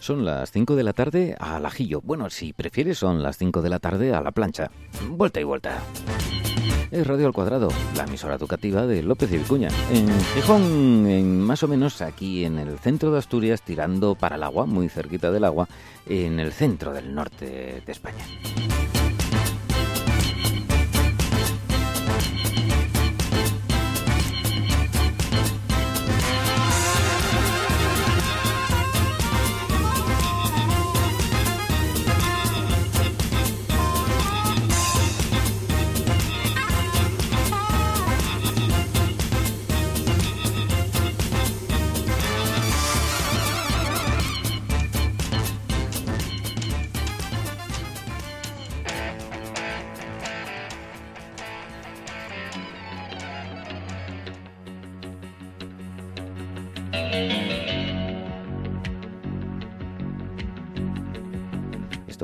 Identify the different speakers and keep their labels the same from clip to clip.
Speaker 1: Son las 5 de la tarde al ajillo. Bueno, si prefieres, son las 5 de la tarde a la plancha. Vuelta y vuelta. Es Radio al Cuadrado, la emisora educativa de López de Vicuña. En Gijón, en más o menos aquí en el centro de Asturias, tirando para el agua, muy cerquita del agua, en el centro del norte de España.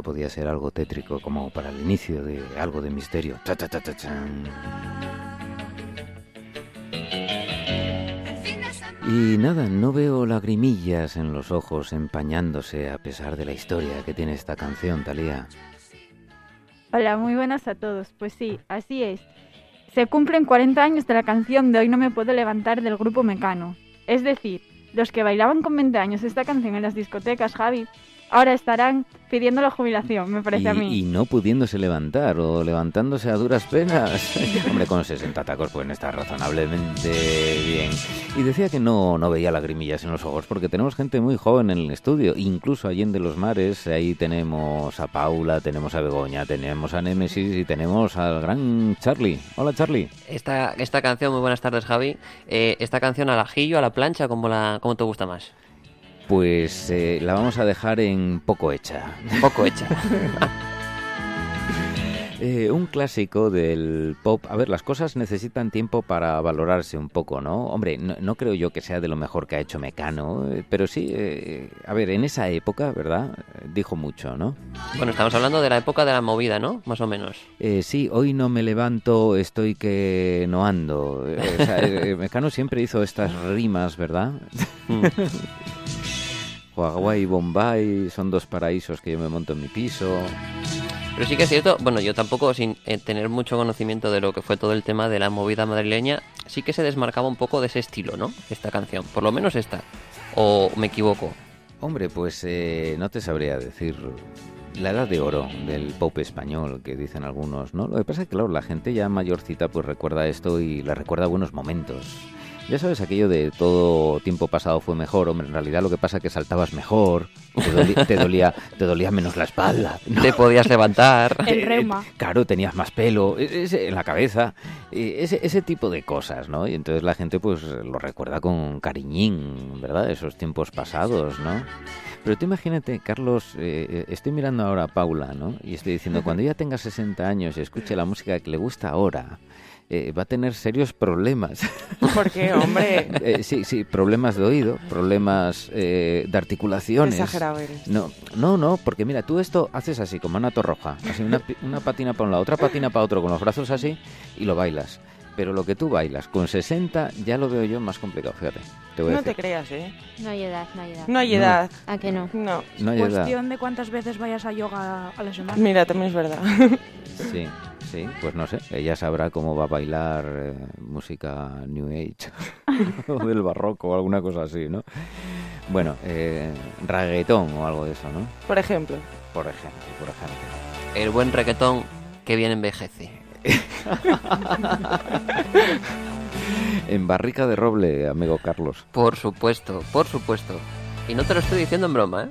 Speaker 1: podía ser algo tétrico, como para el inicio de algo de misterio. Ta, ta, ta, y nada, no veo lagrimillas en los ojos empañándose a pesar de la historia que tiene esta canción, Talía.
Speaker 2: Hola, muy buenas a todos. Pues sí, así es. Se cumplen 40 años de la canción de Hoy no me puedo levantar del grupo Mecano. Es decir, los que bailaban con 20 años esta canción en las discotecas, Javi, ahora estarán pidiendo la jubilación, me parece
Speaker 1: y,
Speaker 2: a mí.
Speaker 1: Y no pudiéndose levantar o levantándose a duras penas. Hombre, con 60 tacos pueden estar razonablemente bien. Y decía que no, no veía lagrimillas en los ojos porque tenemos gente muy joven en el estudio, incluso allí en de los mares. Ahí tenemos a Paula, tenemos a Begoña, tenemos a Nemesis y tenemos al gran Charlie. Hola Charlie.
Speaker 3: Esta, esta canción, muy buenas tardes Javi. Eh, esta canción al ajillo, a la plancha, como, la, como te gusta más
Speaker 1: pues eh, la vamos a dejar en poco hecha.
Speaker 3: Poco hecha.
Speaker 1: eh, un clásico del pop. A ver, las cosas necesitan tiempo para valorarse un poco, ¿no? Hombre, no, no creo yo que sea de lo mejor que ha hecho Mecano, eh, pero sí, a ver, en esa época, ¿verdad? Dijo mucho, ¿no?
Speaker 3: Bueno, estamos hablando de la época de la movida, ¿no? Más o menos.
Speaker 1: Eh, sí, hoy no me levanto, estoy que no ando. Eh, O sea, Mecano siempre hizo estas rimas, ¿verdad?
Speaker 3: Mm.
Speaker 1: Hawaii y Bombay son dos paraísos que yo me monto en mi piso.
Speaker 3: Pero sí que es cierto, bueno, yo tampoco, sin eh, tener mucho conocimiento de lo que fue todo el tema de la movida madrileña, sí que se desmarcaba un poco de ese estilo, ¿no? Esta canción, por lo menos esta. ¿O me equivoco?
Speaker 1: Hombre, pues eh, no te sabría decir la edad de oro del pop español, que dicen algunos, ¿no? Lo que pasa es que, claro, la gente ya mayorcita pues recuerda esto y la recuerda buenos momentos. Ya sabes aquello de todo tiempo pasado fue mejor, hombre, en realidad lo que pasa es que saltabas mejor, te, doli, te dolía, te dolía menos la espalda.
Speaker 3: ¿no? Te podías levantar.
Speaker 1: eh,
Speaker 2: El reuma.
Speaker 1: Claro, tenías más pelo e-, ese, en la cabeza, e-, ese, ese, tipo de cosas, ¿no? Y entonces la gente pues lo recuerda con cariñín, ¿verdad? Esos tiempos pasados, ¿no? Pero tú imagínate, Carlos, eh, estoy mirando ahora a Paula, ¿no? Y estoy diciendo, cuando ella tenga 60 años y escuche la música que le gusta ahora, eh, va a tener serios problemas.
Speaker 4: ¿Por qué, hombre?
Speaker 1: Eh, sí, sí, problemas de oído, problemas eh, de articulaciones.
Speaker 4: Exagerado eres.
Speaker 1: No, no, no, porque mira, tú esto haces así, como una torroja, así una, una patina para un lado, otra patina para otro, con los brazos así, y lo bailas. Pero lo que tú bailas con 60 ya lo veo yo más complicado, fíjate. Te voy
Speaker 4: no
Speaker 1: a decir.
Speaker 4: te creas, ¿eh?
Speaker 5: No hay edad, no hay edad.
Speaker 4: No hay edad.
Speaker 5: No. ¿A que no?
Speaker 4: No.
Speaker 1: no hay
Speaker 6: Cuestión
Speaker 1: edad.
Speaker 6: de cuántas veces vayas a yoga a la semana.
Speaker 4: Mira, también es verdad.
Speaker 1: Sí. Sí, pues no sé, ella sabrá cómo va a bailar eh, música New Age o del barroco o alguna cosa así, ¿no? Bueno, eh, reggaetón o algo de eso, ¿no?
Speaker 4: Por ejemplo.
Speaker 1: Por ejemplo, por ejemplo.
Speaker 3: El buen reggaetón que bien envejece.
Speaker 1: en barrica de roble, amigo Carlos.
Speaker 3: Por supuesto, por supuesto. Y no te lo estoy diciendo en broma, ¿eh?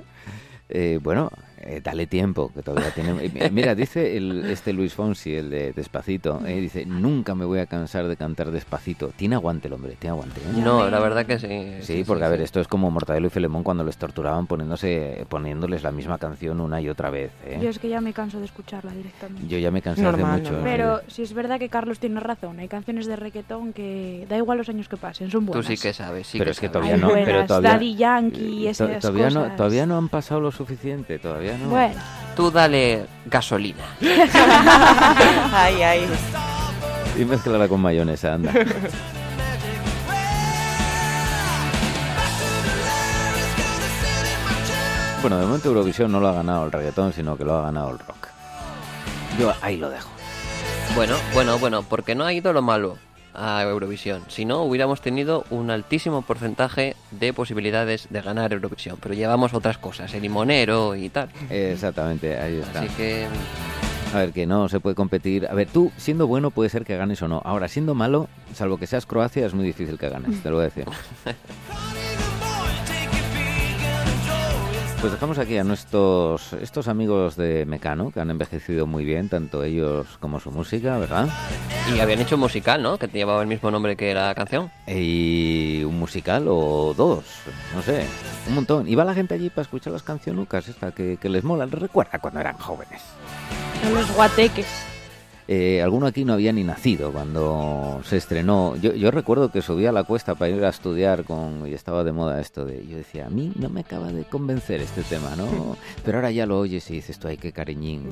Speaker 1: eh bueno, eh, dale tiempo, que todavía tiene... Mira, dice el, este Luis Fonsi, el de Despacito, eh, dice, nunca me voy a cansar de cantar Despacito. Tiene aguante el hombre, tiene aguante. ¿eh?
Speaker 3: No, la verdad que sí.
Speaker 1: Sí, sí porque sí, a ver, sí. esto es como Mortadelo y Filemón cuando les torturaban poniéndose, poniéndoles la misma canción una y otra vez. ¿eh?
Speaker 6: Yo es que ya me canso de escucharla directamente.
Speaker 1: Yo ya me cansé hace mucho. ¿eh?
Speaker 6: No. Pero si es verdad que Carlos tiene razón, hay canciones de reggaetón que da igual los años que pasen, son buenas.
Speaker 3: Tú sí que sabes, sí
Speaker 1: pero
Speaker 3: que
Speaker 1: es que
Speaker 3: sabes.
Speaker 1: todavía no,
Speaker 6: buenas,
Speaker 1: pero todavía,
Speaker 6: Daddy Yankee, esas
Speaker 1: to todavía
Speaker 6: cosas.
Speaker 1: no, todavía no han pasado lo suficiente, todavía no.
Speaker 6: Bueno.
Speaker 3: Tú dale gasolina.
Speaker 4: ay, ay.
Speaker 1: Y mezclarla con mayonesa, anda. Bueno, de momento Eurovisión no lo ha ganado el reggaetón, sino que lo ha ganado el rock. Yo ahí lo dejo.
Speaker 3: Bueno, bueno, bueno, porque no ha ido lo malo a Eurovisión. Si no, hubiéramos tenido un altísimo porcentaje de posibilidades de ganar Eurovisión. Pero llevamos otras cosas, el limonero y tal.
Speaker 1: Exactamente, ahí está.
Speaker 3: Así que
Speaker 1: A ver, que no se puede competir. A ver, tú siendo bueno puede ser que ganes o no. Ahora, siendo malo, salvo que seas Croacia, es muy difícil que ganes, te lo voy a decir. Pues dejamos aquí a nuestros estos amigos de Mecano, que han envejecido muy bien, tanto ellos como su música, ¿verdad?
Speaker 3: Y habían hecho un musical, ¿no? Que llevaba el mismo nombre que la canción.
Speaker 1: Y un musical o dos, no sé, un montón. Y va la gente allí para escuchar las cancionucas, esta que, que les mola, les recuerda cuando eran jóvenes.
Speaker 6: A los guateques.
Speaker 1: Eh, alguno aquí no había ni nacido cuando se estrenó. Yo, yo recuerdo que subía a la cuesta para ir a estudiar con, y estaba de moda esto de... Yo decía, a mí no me acaba de convencer este tema, ¿no? Pero ahora ya lo oyes y dices, tú, ay, qué cariñín.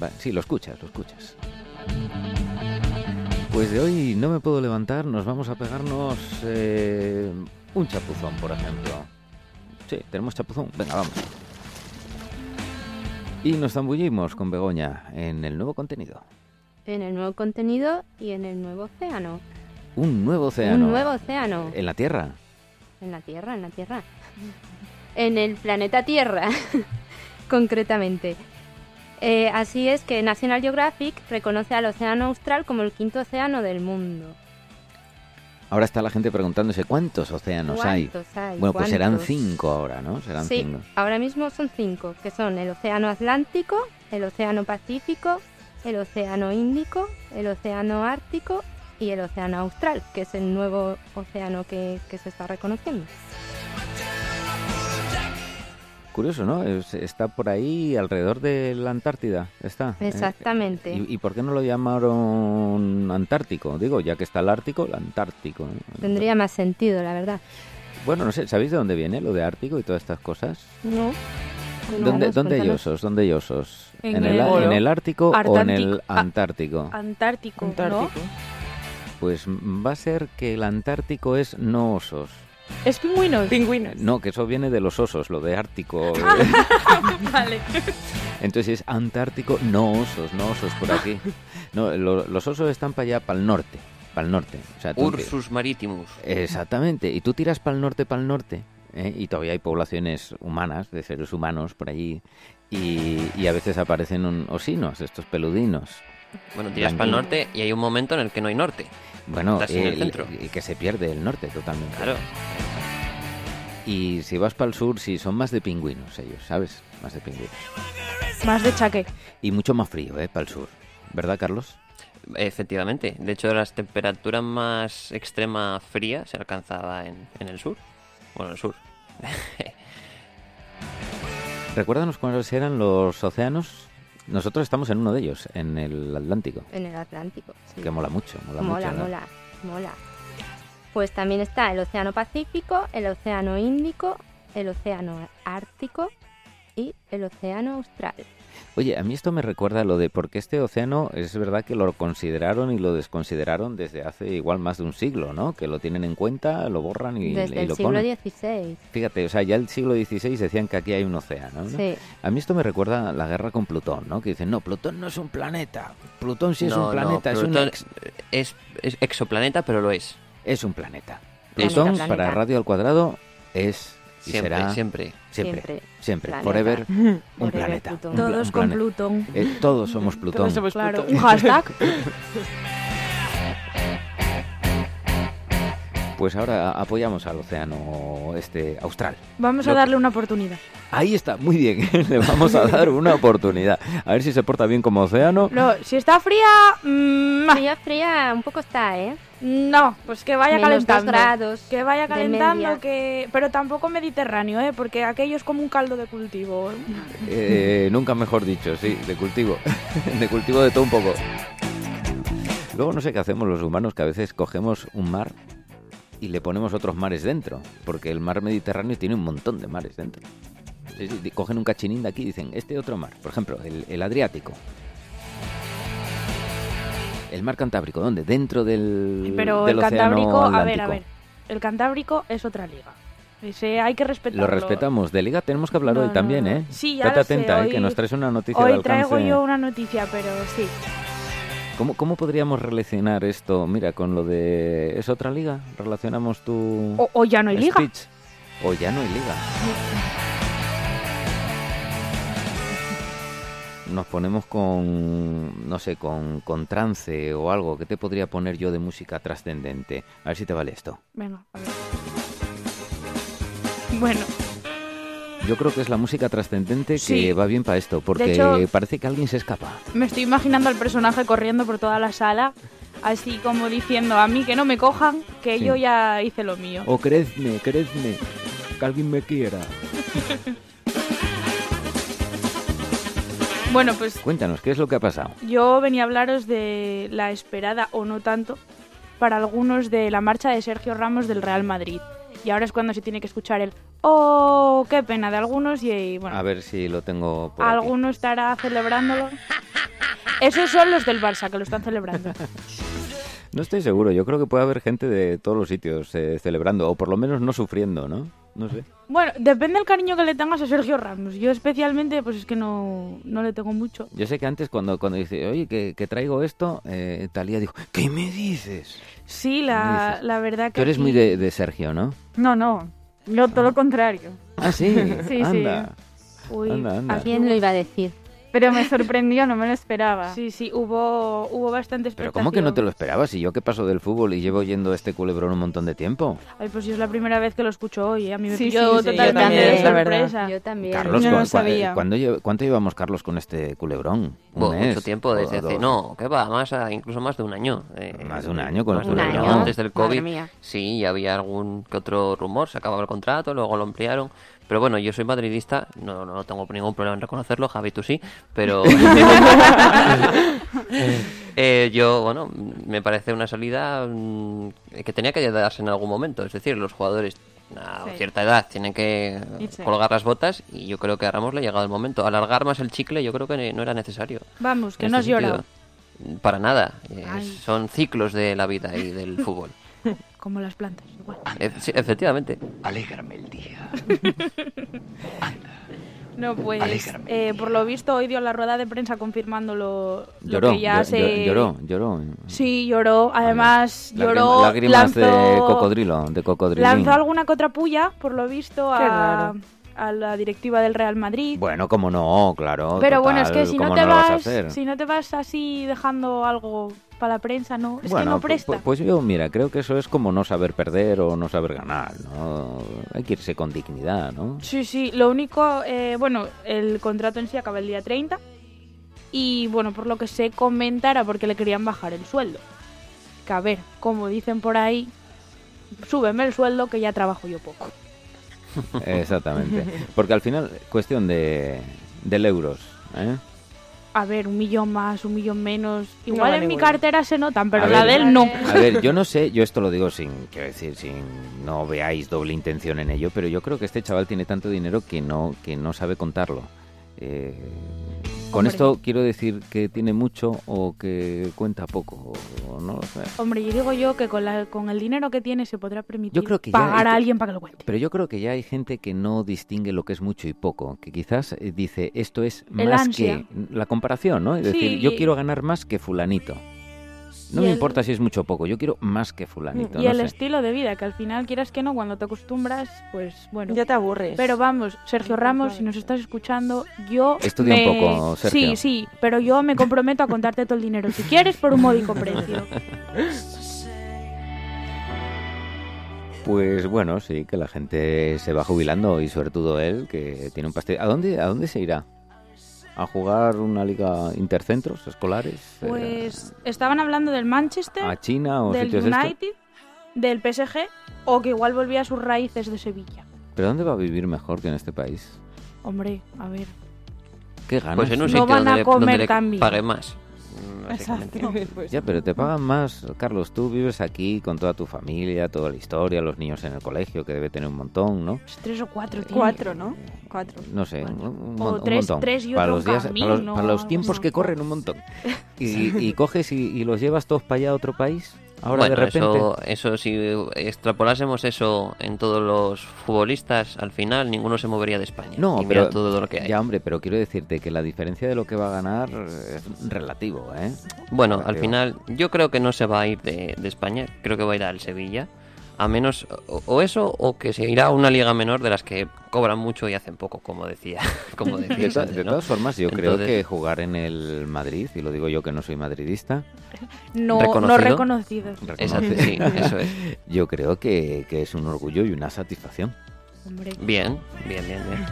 Speaker 1: Va, sí, lo escuchas, lo escuchas. Pues de hoy no me puedo levantar, nos vamos a pegarnos eh, un chapuzón, por ejemplo. Sí, tenemos chapuzón. Venga, vamos. Y nos zambullimos con Begoña en el nuevo contenido.
Speaker 5: En el nuevo contenido y en el nuevo océano.
Speaker 1: Un nuevo océano. Eh.
Speaker 5: Un nuevo océano.
Speaker 1: En la Tierra.
Speaker 5: En la Tierra, en la Tierra. En el planeta Tierra, concretamente. Eh, así es que National Geographic reconoce al océano austral como el quinto océano del mundo.
Speaker 1: Ahora está la gente preguntándose cuántos océanos hay.
Speaker 5: ¿Cuántos hay?
Speaker 1: Bueno, pues serán
Speaker 5: ¿Cuántos?
Speaker 1: cinco ahora, ¿no? Serán
Speaker 5: Sí,
Speaker 1: cinco.
Speaker 5: ahora mismo son cinco, que son el océano Atlántico, el océano Pacífico, el océano Índico, el océano Ártico y el océano Austral, que es el nuevo océano que, que se está reconociendo.
Speaker 1: Curioso, ¿no? Es- está por ahí alrededor de la Antártida. Está. ¿eh?
Speaker 5: Exactamente.
Speaker 1: ¿Y, y por qué no lo llamaron Antártico? Digo, ya que está el Ártico, el Antártico. ¿eh?
Speaker 5: Tendría más sentido, la verdad.
Speaker 1: Bueno, no sé, ¿sabéis de dónde viene lo de Ártico y todas estas cosas?
Speaker 5: No.
Speaker 1: ¿Dónde,
Speaker 5: Cuéntanos,
Speaker 1: dónde hay
Speaker 5: cuéntanos.
Speaker 1: osos? ¿Dónde hay osos?
Speaker 6: En
Speaker 1: el,
Speaker 6: el
Speaker 1: a- en
Speaker 6: polo.
Speaker 1: el Ártico o en el
Speaker 6: Antártico. Ah,
Speaker 1: Antártico?
Speaker 6: Antártico, ¿no?
Speaker 4: Antártico.
Speaker 1: Pues mm, va a ser que el Antártico es no osos.
Speaker 6: Es pingüinos.
Speaker 4: Pingüinos.
Speaker 1: No, que eso viene de los osos, lo de Ártico.
Speaker 6: Vale.
Speaker 1: Entonces es Antártico, no osos, no osos por aquí. No, lo- los osos están para allá, para el norte, para el norte. O sea, tú-
Speaker 3: Ursus Maritimus.
Speaker 1: Exactamente, y tú tiras para el norte, para el norte, ¿eh? y todavía hay poblaciones humanas, de seres humanos por allí, y, y a veces aparecen un- osinos, estos peludinos.
Speaker 3: Bueno, tiras para el norte y hay un momento en el que no hay norte.
Speaker 1: Bueno,
Speaker 3: Estás en el
Speaker 1: el-
Speaker 3: centro.
Speaker 1: y que se pierde el norte totalmente.
Speaker 3: Claro.
Speaker 1: Y si vas para el sur, sí, son más de pingüinos ellos, ¿sabes? Más de pingüinos.
Speaker 6: Más de chaque.
Speaker 1: Y mucho más frío, ¿eh? Para el sur. ¿Verdad, Carlos?
Speaker 3: Efectivamente. De hecho, las temperaturas más extrema fría se alcanzaba en, en el sur. Bueno, en el sur.
Speaker 1: Recuérdanos cuáles eran los océanos. Nosotros estamos en uno de ellos, en el Atlántico,
Speaker 5: En el Atlántico. sí.
Speaker 1: que mola mucho, mola,
Speaker 5: mola,
Speaker 1: mucho. ¿no?
Speaker 5: mola, mola. Pues también está el Océano Pacífico, el Océano Índico, el Océano Ártico y el Océano Austral.
Speaker 1: Oye, a mí esto me recuerda lo de porque este océano es verdad que lo consideraron y lo desconsideraron desde hace igual más de un siglo, ¿no? Que lo tienen en cuenta, lo borran y, y
Speaker 5: Desde el
Speaker 1: lo
Speaker 5: siglo
Speaker 1: ponen.
Speaker 5: XVI.
Speaker 1: Fíjate, o sea, ya el siglo XVI decían que aquí hay un océano, ¿no?
Speaker 5: Sí,
Speaker 1: A mí esto me recuerda a la guerra con Plutón, ¿no? Que dicen, no, Plutón no es un planeta. Plutón sí es
Speaker 3: No,
Speaker 1: un
Speaker 3: no,
Speaker 1: planeta, es, un
Speaker 3: Plutón
Speaker 1: ex-
Speaker 3: es- es exoplaneta, pero lo es.
Speaker 1: es un planeta.
Speaker 5: Planeta,
Speaker 1: Plutón,
Speaker 5: planeta.
Speaker 1: para Radio al Cuadrado, es y
Speaker 3: Siempre,
Speaker 1: será
Speaker 3: siempre.
Speaker 1: siempre,
Speaker 5: Siempre.
Speaker 1: siempre,
Speaker 5: Planeta.
Speaker 1: forever, un
Speaker 5: Forever
Speaker 1: planeta.
Speaker 5: Plutón.
Speaker 1: un pla-
Speaker 6: Todos
Speaker 1: un
Speaker 6: con
Speaker 1: planeta.
Speaker 6: Plutón.
Speaker 1: Eh, todos somos Plutón.
Speaker 4: Todos somos
Speaker 6: Claro. Un
Speaker 4: Plutón.
Speaker 6: hashtag.
Speaker 1: Pues ahora apoyamos al océano este austral.
Speaker 6: Vamos a
Speaker 1: Lo-
Speaker 6: darle una oportunidad.
Speaker 1: Ahí está, muy bien. Le vamos a dar una oportunidad. A ver si se porta bien como océano.
Speaker 6: No, si está fría, mm, ah,
Speaker 5: Fría, fría, un poco está, ¿eh?
Speaker 6: no, pues que vaya
Speaker 5: Menos dos
Speaker 6: calentando.
Speaker 5: grados
Speaker 6: Que vaya
Speaker 5: de
Speaker 6: calentando,
Speaker 5: media.
Speaker 6: que... pero tampoco mediterráneo, ¿eh? porque aquello es como un caldo de cultivo.
Speaker 1: Eh, nunca mejor dicho, sí, de cultivo. De cultivo de todo un poco. Luego no sé qué hacemos los humanos, que a veces cogemos un mar y le ponemos otros mares dentro. Porque el mar Mediterráneo tiene un montón de mares dentro. Sí, sí, di- cogen un cachinín de aquí y dicen, este otro mar. Por ejemplo, el, el Adriático. El mar Cantábrico, ¿dónde? Dentro del.
Speaker 6: Eh, Pero
Speaker 1: del
Speaker 6: el
Speaker 1: océano
Speaker 6: Cantábrico, a ver, a
Speaker 1: Atlántico.
Speaker 6: ver. El Cantábrico es otra liga. Ese hay que respetarlo.
Speaker 1: Lo respetamos. De Liga tenemos que hablar
Speaker 6: No,
Speaker 1: hoy
Speaker 6: no,
Speaker 1: también,
Speaker 6: no.
Speaker 1: ¿eh?
Speaker 6: Sí, ya
Speaker 1: Estate
Speaker 6: lo sé,
Speaker 1: atenta, ¿eh?
Speaker 6: hoy-
Speaker 1: Que nos traes una noticia de
Speaker 6: Hoy
Speaker 1: alcance.
Speaker 6: traigo yo una noticia, pero sí.
Speaker 1: ¿Cómo, ¿Cómo podríamos relacionar esto, mira, con lo de... ¿Es otra liga? ¿Relacionamos tu
Speaker 6: O, o ya Oh, no hay liga.
Speaker 1: speech? O ya no hay liga. Nos ponemos con, no sé, con, con trance o algo. ¿Qué te podría poner yo de música trascendente? A ver si te vale esto.
Speaker 6: Venga, a ver. Bueno,
Speaker 1: Yo creo que es la música trascendente
Speaker 6: Sí.
Speaker 1: que va bien para esto, porque
Speaker 6: hecho-
Speaker 1: parece que alguien se escapa.
Speaker 6: me estoy imaginando al personaje corriendo por toda la sala, así como diciendo a mí que no me cojan, que
Speaker 1: Sí.
Speaker 6: yo ya hice lo mío.
Speaker 1: O creedme, creedme, que alguien me quiera.
Speaker 6: Bueno, pues
Speaker 1: Cuéntanos, ¿qué es lo que ha pasado?
Speaker 6: Yo venía a hablaros de la esperada, o no tanto, para algunos de la marcha de Sergio Ramos del Real Madrid. Y ahora es cuando se tiene que escuchar el ¡Oh, qué pena! de algunos y, y, bueno,
Speaker 1: A ver si lo tengo Ah, por aquí.
Speaker 6: alguno estará celebrándolo. Esos son los del Barça que lo están celebrando.
Speaker 1: No estoy seguro, yo creo que puede haber gente de todos los sitios eh, celebrando, o por lo menos no sufriendo, ¿no? No sé.
Speaker 6: Bueno, depende del cariño que le tengas a Sergio Ramos. Yo especialmente, pues es que no, no le tengo mucho.
Speaker 1: Yo sé que antes cuando, cuando dice, oye, que, que traigo esto, eh, Talía dijo, ¿qué me dices?
Speaker 6: Sí,
Speaker 1: ¿Qué
Speaker 6: la,
Speaker 1: dices?
Speaker 6: la verdad que...
Speaker 1: Tú eres
Speaker 6: aquí-
Speaker 1: muy de, de Sergio, ¿no?
Speaker 2: No, no. Yo todo lo contrario.
Speaker 1: Ah, sí,
Speaker 2: sí.
Speaker 1: anda.
Speaker 6: Uy,
Speaker 1: Anda, anda.
Speaker 6: aquí-
Speaker 5: ¿Quién lo iba a decir?
Speaker 2: Pero me sorprendió, no me lo esperaba.
Speaker 6: Sí, sí, hubo, hubo bastante
Speaker 1: Pero ¿cómo que no te
Speaker 6: expectación.
Speaker 1: lo esperabas? Y yo que paso del fútbol y llevo yendo este culebrón un montón de tiempo.
Speaker 6: Ay, pues yo es la primera vez que lo escucho hoy, ¿eh? a mí me
Speaker 2: Sí,
Speaker 6: pilló
Speaker 2: sí, sí,
Speaker 6: totalmente
Speaker 4: yo también,
Speaker 6: de
Speaker 4: la verdad.
Speaker 6: sorpresa.
Speaker 5: Yo también.
Speaker 1: Carlos,
Speaker 2: No lo
Speaker 1: ¿cu- cu-
Speaker 2: sabía.
Speaker 1: ¿cuándo lle- ¿cuánto llevamos, Carlos, con este culebrón? ¿Un
Speaker 3: Bo-
Speaker 1: mes?
Speaker 3: mucho tiempo,
Speaker 1: ¿O
Speaker 3: desde hace...
Speaker 1: dos?
Speaker 3: No, que va, más a- incluso más de un año. eh,
Speaker 1: Más de un año con el
Speaker 3: más de un
Speaker 1: culebrón.
Speaker 3: año, Desde el
Speaker 5: Madre
Speaker 3: COVID.
Speaker 5: mía.
Speaker 3: Sí, y había algún que otro rumor, se acababa el contrato, luego lo ampliaron. Pero bueno, yo soy madridista, no, no tengo ningún problema en reconocerlo, Javi, tú sí, pero... Eh, yo, bueno, me parece una salida mm, que tenía que darse en algún momento. Es decir, los jugadores a
Speaker 2: Sí.
Speaker 3: cierta edad tienen que
Speaker 2: Irse.
Speaker 3: colgar las botas y yo creo que a Ramos le ha llegado el momento. Alargar más el chicle yo creo que no era necesario.
Speaker 6: Vamos, que
Speaker 3: En
Speaker 6: no has
Speaker 3: este
Speaker 6: llorado.
Speaker 3: sentido. Para nada. Eh,
Speaker 6: Ay.
Speaker 3: son ciclos de la vida y del fútbol.
Speaker 6: Como las plantas, igual.
Speaker 3: Eh, sí, efectivamente.
Speaker 7: Alégrame el día.
Speaker 6: No, pues,
Speaker 7: Alégrame.
Speaker 6: eh, por lo visto hoy dio la rueda de prensa confirmando lo, lo
Speaker 1: Lloró,
Speaker 6: que ya
Speaker 1: llor-
Speaker 6: se...
Speaker 1: lloró, lloró. eh.
Speaker 6: Sí, lloró. Además,
Speaker 1: Lágrima-
Speaker 6: lloró,
Speaker 1: Lágrimas de
Speaker 6: lanzó-
Speaker 1: cocodrilo, de cocodrilín.
Speaker 6: lanzó alguna que otra puya, por lo visto,
Speaker 4: Qué
Speaker 6: a,
Speaker 4: raro.
Speaker 6: a la directiva del Real Madrid.
Speaker 1: Bueno, como no, claro.
Speaker 6: Pero bueno, es
Speaker 1: total,
Speaker 6: que si no
Speaker 1: ¿cómo
Speaker 6: te
Speaker 1: lo vas a
Speaker 6: vas,
Speaker 1: hacer?
Speaker 6: si no te vas así dejando algo para la prensa, no, es que
Speaker 1: Bueno,
Speaker 6: no
Speaker 1: pu-
Speaker 6: presta.
Speaker 1: pu- Pues yo, mira, creo que eso es como no saber perder o no saber ganar, ¿no? Hay que irse con dignidad, ¿no?
Speaker 6: Sí, sí, lo único, eh, bueno, el contrato en sí acaba el día 30 y bueno, por lo que se comentara porque le querían bajar el sueldo. Que a ver, como dicen por ahí, súbeme el sueldo que ya trabajo yo poco.
Speaker 1: Exactamente. Porque al final, cuestión de, del euros, ¿eh?
Speaker 6: A ver, un millón más, un millón menos,
Speaker 4: No
Speaker 6: igual
Speaker 4: vale
Speaker 6: en mi
Speaker 4: ninguno.
Speaker 6: cartera se notan, pero
Speaker 1: A
Speaker 6: la
Speaker 1: ver.
Speaker 6: de él no.
Speaker 1: A ver, yo no sé, yo esto lo digo sin, quiero decir, sin no veáis doble intención en ello, pero yo creo que este chaval tiene tanto dinero que no, que no sabe contarlo. Eh, con
Speaker 6: Hombre.
Speaker 1: esto quiero decir que tiene mucho o que cuenta poco, o no lo sé.
Speaker 6: Hombre, yo digo yo que con, la- con el dinero que tiene se podrá permitir
Speaker 1: Yo creo que ya- eh,
Speaker 6: pagar a alguien para que lo cuente.
Speaker 1: Pero yo creo que ya hay gente que no distingue lo que es mucho y poco, que quizás eh, dice esto es
Speaker 6: El
Speaker 1: más
Speaker 6: ansia.
Speaker 1: que la comparación, ¿no? Es decir,
Speaker 6: Sí.
Speaker 1: yo quiero ganar más que fulanito. No
Speaker 6: Y
Speaker 1: me
Speaker 6: el-
Speaker 1: importa si es mucho o poco, yo quiero más que fulanito.
Speaker 6: Y
Speaker 1: no
Speaker 6: el
Speaker 1: sé.
Speaker 6: estilo de vida, que al final quieras que no, cuando te acostumbras, pues bueno.
Speaker 4: Ya te aburres.
Speaker 6: Pero vamos, Sergio Ramos, si nos estás escuchando, yo.
Speaker 1: Estudia un
Speaker 6: me-
Speaker 1: poco, Sergio.
Speaker 6: Sí, sí, pero yo me comprometo a contarte todo el dinero, si quieres, por un módico precio.
Speaker 1: Pues bueno, sí, que la gente se va jubilando y sobre todo él, que tiene un pastel. ¿A dónde, a dónde se irá? ¿A jugar una liga intercentros, escolares? eh,
Speaker 6: Pues estaban hablando del Manchester,
Speaker 1: ¿A China o
Speaker 6: del
Speaker 1: sitios de estos?
Speaker 6: United, del PSG, o que igual volvía a sus raíces de Sevilla.
Speaker 1: ¿Pero dónde va a vivir mejor que en este país?
Speaker 6: Hombre, a ver.
Speaker 1: ¿Qué ganas?
Speaker 3: Pues en un
Speaker 6: No
Speaker 3: sitio
Speaker 6: van a
Speaker 3: donde, le-
Speaker 6: comer
Speaker 3: donde le
Speaker 6: tan bien.
Speaker 3: pague más. mm, básicamente.
Speaker 4: Pues,
Speaker 1: Ya, pero te pagan más, Carlos. Tú vives aquí con toda tu familia, toda la historia, los niños en el colegio, que debe tener un montón, ¿no?
Speaker 6: pues Tres o cuatro, tío.
Speaker 2: Cuatro, ¿no? Cuatro.
Speaker 1: No sé, un, un
Speaker 6: O
Speaker 1: mon- un
Speaker 6: tres-
Speaker 1: montón.
Speaker 6: tres y
Speaker 1: para
Speaker 6: otro
Speaker 1: los días, para los,
Speaker 6: camino,
Speaker 1: para los tiempos
Speaker 6: alguna
Speaker 1: que
Speaker 6: cosa.
Speaker 1: corren, un montón. Y, y coges y, y los llevas todos para allá a otro país. Ahora de
Speaker 3: Bueno,
Speaker 1: repente.
Speaker 3: Eso, eso, si extrapolásemos eso en todos los futbolistas, al final ninguno se movería de España.
Speaker 1: No,
Speaker 3: Y mira
Speaker 1: pero
Speaker 3: todo lo que hay.
Speaker 1: ya hombre, pero quiero decirte que la diferencia de lo que va a ganar es relativo, ¿eh?
Speaker 3: Bueno, al
Speaker 1: Relativo.
Speaker 3: final yo creo que no se va a ir de, de España, creo que va a ir al Sevilla. A menos o, o eso o que se irá a una liga menor de las que cobran mucho y hacen poco, como decía. Como
Speaker 1: De,
Speaker 3: decías
Speaker 1: to-
Speaker 3: antes,
Speaker 1: de
Speaker 3: ¿no?
Speaker 1: todas formas, yo creo
Speaker 3: Entonces-
Speaker 1: que jugar en el Madrid, y lo digo yo que no soy madridista,
Speaker 6: No,
Speaker 3: Reconocido.
Speaker 6: no reconocido.
Speaker 3: Exacto,
Speaker 1: reconoce-
Speaker 3: sí, eso es.
Speaker 1: yo creo que, que es un orgullo y una satisfacción.
Speaker 6: Hombre,
Speaker 3: Bien, bien, bien, bien.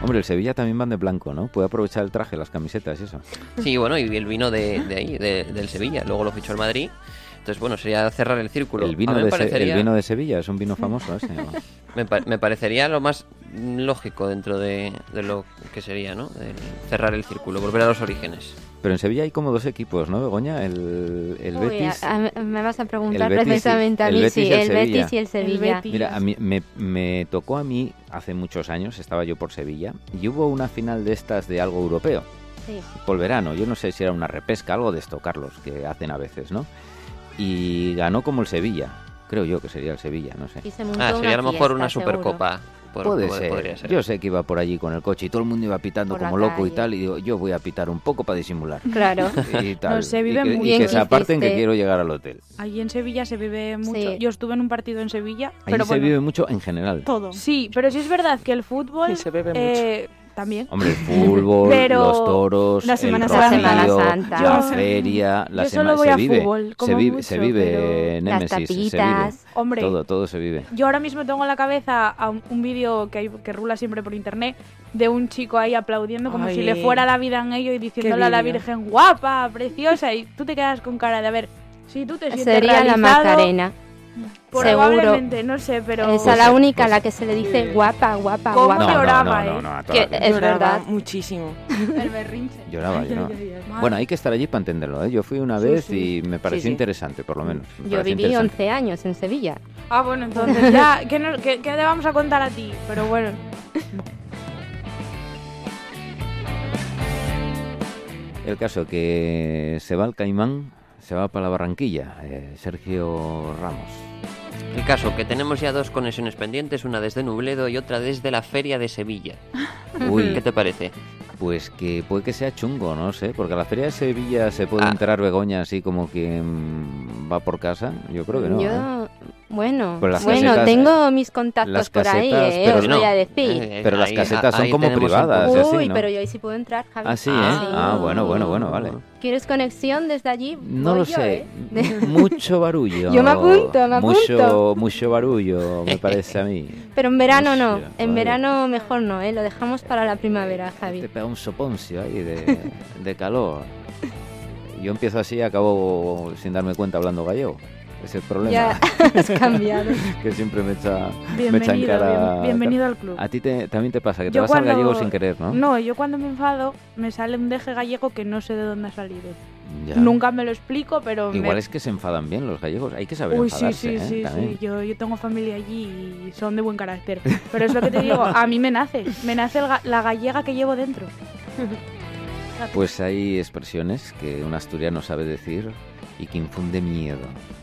Speaker 1: Hombre, el Sevilla también van de blanco, ¿no? Puede aprovechar el traje, las camisetas y eso.
Speaker 3: Sí, bueno, y el vino de, de ahí, de- del Sevilla. Luego lo fichó el Madrid. Entonces, bueno, sería cerrar el círculo.
Speaker 1: El
Speaker 3: A
Speaker 1: vino,
Speaker 3: mí me
Speaker 1: de Se-
Speaker 3: parecería-
Speaker 1: el vino de Sevilla es un vino famoso ese. ¿no?
Speaker 3: Me, pa- me parecería lo más lógico dentro de, de lo que sería, ¿no? El cerrar el círculo, volver a los orígenes.
Speaker 1: Pero en Sevilla hay como dos equipos, ¿no, Begoña? El, el
Speaker 5: Uy,
Speaker 1: Betis.
Speaker 5: a- a- me vas a preguntar
Speaker 1: Betis y-
Speaker 5: precisamente a
Speaker 1: el
Speaker 5: mí
Speaker 1: Betis
Speaker 5: sí,
Speaker 1: y el
Speaker 5: el
Speaker 1: Sevilla.
Speaker 5: Betis y el Sevilla.
Speaker 6: Betis.
Speaker 1: Mira, a mí, me, me tocó a mí hace muchos años, estaba yo por Sevilla, y hubo una final de estas de algo europeo,
Speaker 5: Sí.
Speaker 1: por verano. Yo no sé si era una repesca, algo de esto, Carlos, que hacen a veces, ¿no? Y ganó como el Sevilla, creo yo que sería el Sevilla, no sé.
Speaker 5: Y se montó
Speaker 3: Ah,
Speaker 5: una
Speaker 3: sería a lo mejor
Speaker 5: fiesta,
Speaker 3: una
Speaker 5: seguro.
Speaker 3: supercopa. por-
Speaker 1: Puede
Speaker 3: pod-
Speaker 1: ser.
Speaker 3: Podría ser.
Speaker 1: Yo sé que iba por allí con el coche y todo el mundo iba pitando
Speaker 5: Por la
Speaker 1: como loco y
Speaker 5: calle.
Speaker 1: tal, y digo, yo voy a pitar un poco para disimular.
Speaker 5: Claro.
Speaker 1: Y tal.
Speaker 6: se
Speaker 1: Y
Speaker 6: vive
Speaker 1: que- y
Speaker 6: muy este-
Speaker 1: que,
Speaker 5: bien.
Speaker 1: se aparten que
Speaker 5: Hiciste.
Speaker 1: quiero llegar al hotel.
Speaker 6: allí en Sevilla se vive mucho.
Speaker 5: Sí.
Speaker 6: Yo estuve en un partido en Sevilla,
Speaker 1: Ahí
Speaker 6: pero
Speaker 1: se
Speaker 6: bueno,
Speaker 1: vive mucho en general.
Speaker 2: Todo.
Speaker 6: Sí, pero sí es verdad que el fútbol
Speaker 4: Y se bebe
Speaker 6: eh, también.
Speaker 1: Hombre, el fútbol,
Speaker 6: Pero
Speaker 1: los toros,
Speaker 6: la
Speaker 1: el
Speaker 6: Semana
Speaker 1: rocío,
Speaker 5: Santa. La Semana Santa.
Speaker 1: la
Speaker 6: Yo-
Speaker 1: feria, la
Speaker 6: yo
Speaker 1: semana
Speaker 6: solo voy
Speaker 1: se
Speaker 6: a
Speaker 1: vive,
Speaker 6: fútbol,
Speaker 1: se
Speaker 6: como
Speaker 1: vive,
Speaker 6: mucho,
Speaker 1: se vive
Speaker 6: pero-
Speaker 1: Némesis,
Speaker 5: Las
Speaker 1: se vive.
Speaker 5: tapitas.
Speaker 6: Hombre,
Speaker 1: Todo, todo se vive.
Speaker 6: yo ahora mismo tengo en la cabeza a un, un vídeo que, hay- que rula siempre por internet de un chico ahí aplaudiendo como
Speaker 4: Ay.
Speaker 6: si le fuera la vida en ello y diciéndole a la
Speaker 4: vídeo.
Speaker 6: Virgen guapa, preciosa, y tú te quedas con cara de a ver. Si tú te sientes
Speaker 5: Sería la
Speaker 6: realizado,
Speaker 5: Macarena.
Speaker 6: Probablemente, no sé, pero
Speaker 5: Esa es la
Speaker 1: Pues,
Speaker 5: única a
Speaker 1: pues-
Speaker 5: la que se le dice guapa, guapa,
Speaker 6: ¿Cómo
Speaker 5: guapa.
Speaker 6: No, lloraba,
Speaker 1: no,
Speaker 6: ¿eh?
Speaker 1: no, no, a toda
Speaker 5: Que-
Speaker 1: la-
Speaker 5: Es
Speaker 4: Lloraba
Speaker 5: verdad.
Speaker 4: muchísimo.
Speaker 2: El berrinche.
Speaker 1: lloraba, lloraba.
Speaker 6: Madre.
Speaker 1: Bueno, hay que estar allí para entenderlo, ¿eh? Yo fui una
Speaker 4: Sí,
Speaker 1: vez
Speaker 4: sí.
Speaker 1: y me pareció
Speaker 4: Sí, sí.
Speaker 1: interesante, por lo menos. me
Speaker 5: Yo
Speaker 1: pareció
Speaker 5: viví
Speaker 1: interesante.
Speaker 5: 11 años en Sevilla.
Speaker 6: Ah, bueno, entonces ya, ¿qué, no- qué- qué te vamos a contar a ti? Pero bueno,
Speaker 1: El caso que se va al Caimán, se va para la Barranquilla, eh, Sergio Ramos.
Speaker 3: El caso, que tenemos ya dos conexiones pendientes, una desde Nubledo y otra desde la Feria de Sevilla.
Speaker 1: Uy,
Speaker 3: ¿Qué te parece?
Speaker 1: Pues que puede que sea chungo, no sé, porque a la Feria de Sevilla se puede
Speaker 3: Ah.
Speaker 1: entrar Begoña así como que mm, va por casa. Yo creo que no. ¿eh?
Speaker 5: Yo, bueno,
Speaker 1: Pues las
Speaker 5: bueno,
Speaker 1: casetas-
Speaker 5: tengo mis
Speaker 1: las
Speaker 5: contactos por ahí,
Speaker 1: casetas,
Speaker 5: eh,
Speaker 1: pero
Speaker 5: os
Speaker 1: no.
Speaker 5: voy a decir.
Speaker 3: Eh,
Speaker 1: Pero las casetas son
Speaker 3: ahí
Speaker 1: como
Speaker 3: tenemos un
Speaker 1: privadas,
Speaker 3: punto.
Speaker 1: es así,
Speaker 5: Uy,
Speaker 1: ¿no?
Speaker 5: pero yo ahí sí puedo entrar, Javi.
Speaker 1: Ah, sí, ¿eh?
Speaker 3: Ah.
Speaker 1: Ah, bueno, bueno, bueno, vale.
Speaker 5: ¿Quieres conexión desde allí?
Speaker 1: No
Speaker 5: Voy
Speaker 1: lo
Speaker 5: yo,
Speaker 1: sé.
Speaker 5: ¿eh? De-
Speaker 1: Mucho barullo.
Speaker 5: Yo me apunto, me
Speaker 1: Mucho, mucho barullo, me parece a mí.
Speaker 5: Pero en verano no,
Speaker 1: Hostia,
Speaker 5: en
Speaker 1: vale.
Speaker 5: verano mejor no, ¿eh? Lo dejamos para la primavera,
Speaker 1: Te
Speaker 5: Javi.
Speaker 1: Este pega un soponcio ahí de, de calor. Yo empiezo así y acabo sin darme cuenta hablando gallego. Es el problema
Speaker 5: Ya has cambiado.
Speaker 1: que siempre me echa, me echa en
Speaker 6: bienvenido,
Speaker 1: cara.
Speaker 6: bien- bienvenido al club.
Speaker 1: A ti te- también te pasa que te
Speaker 6: Yo
Speaker 1: vas al
Speaker 6: cuando-
Speaker 1: gallego sin querer, ¿no?
Speaker 6: No, yo cuando me enfado me sale un deje gallego que no sé de dónde ha salido.
Speaker 1: Ya.
Speaker 6: Nunca me lo explico, pero... me-
Speaker 1: Igual es que se enfadan bien los gallegos. Hay que saber
Speaker 6: Uy, sí,
Speaker 1: enfadarse,
Speaker 6: sí,
Speaker 1: ¿eh?
Speaker 6: sí,
Speaker 1: También.
Speaker 6: sí. Yo, yo tengo familia allí y son de buen carácter. Pero es lo que te digo, a mí me nace. Me nace el ga- la gallega que llevo dentro.
Speaker 1: Pues hay expresiones que un asturiano sabe decir y que infunde miedo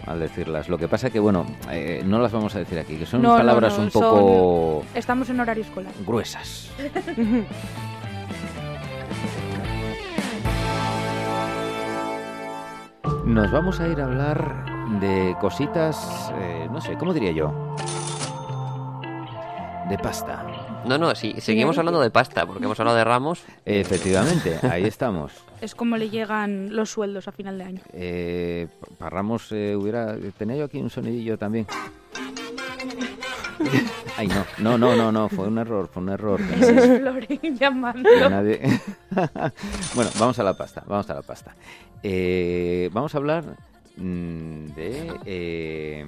Speaker 1: al decirlas. Lo que pasa que, bueno, eh, no las vamos a decir aquí, que son
Speaker 6: No, no,
Speaker 1: palabras
Speaker 6: no,
Speaker 1: un poco
Speaker 6: Estamos en horario escolar.
Speaker 1: gruesas. Nos vamos a ir a hablar de cositas, eh, no sé, ¿cómo diría yo? De pasta.
Speaker 3: No, no, sí, seguimos hablando de pasta, porque hemos hablado de Ramos.
Speaker 1: Efectivamente, ahí estamos.
Speaker 6: Es como le llegan los sueldos a final de año.
Speaker 1: Eh, para Ramos eh, hubiera... Tenía yo aquí un sonidillo también. Ay, no, no, no, no, no, fue un error, fue un error.
Speaker 6: Ese es Floren llamando.
Speaker 1: Que nadie- bueno, vamos a la pasta, vamos a la pasta. Eh, vamos a hablar mm, de... eh,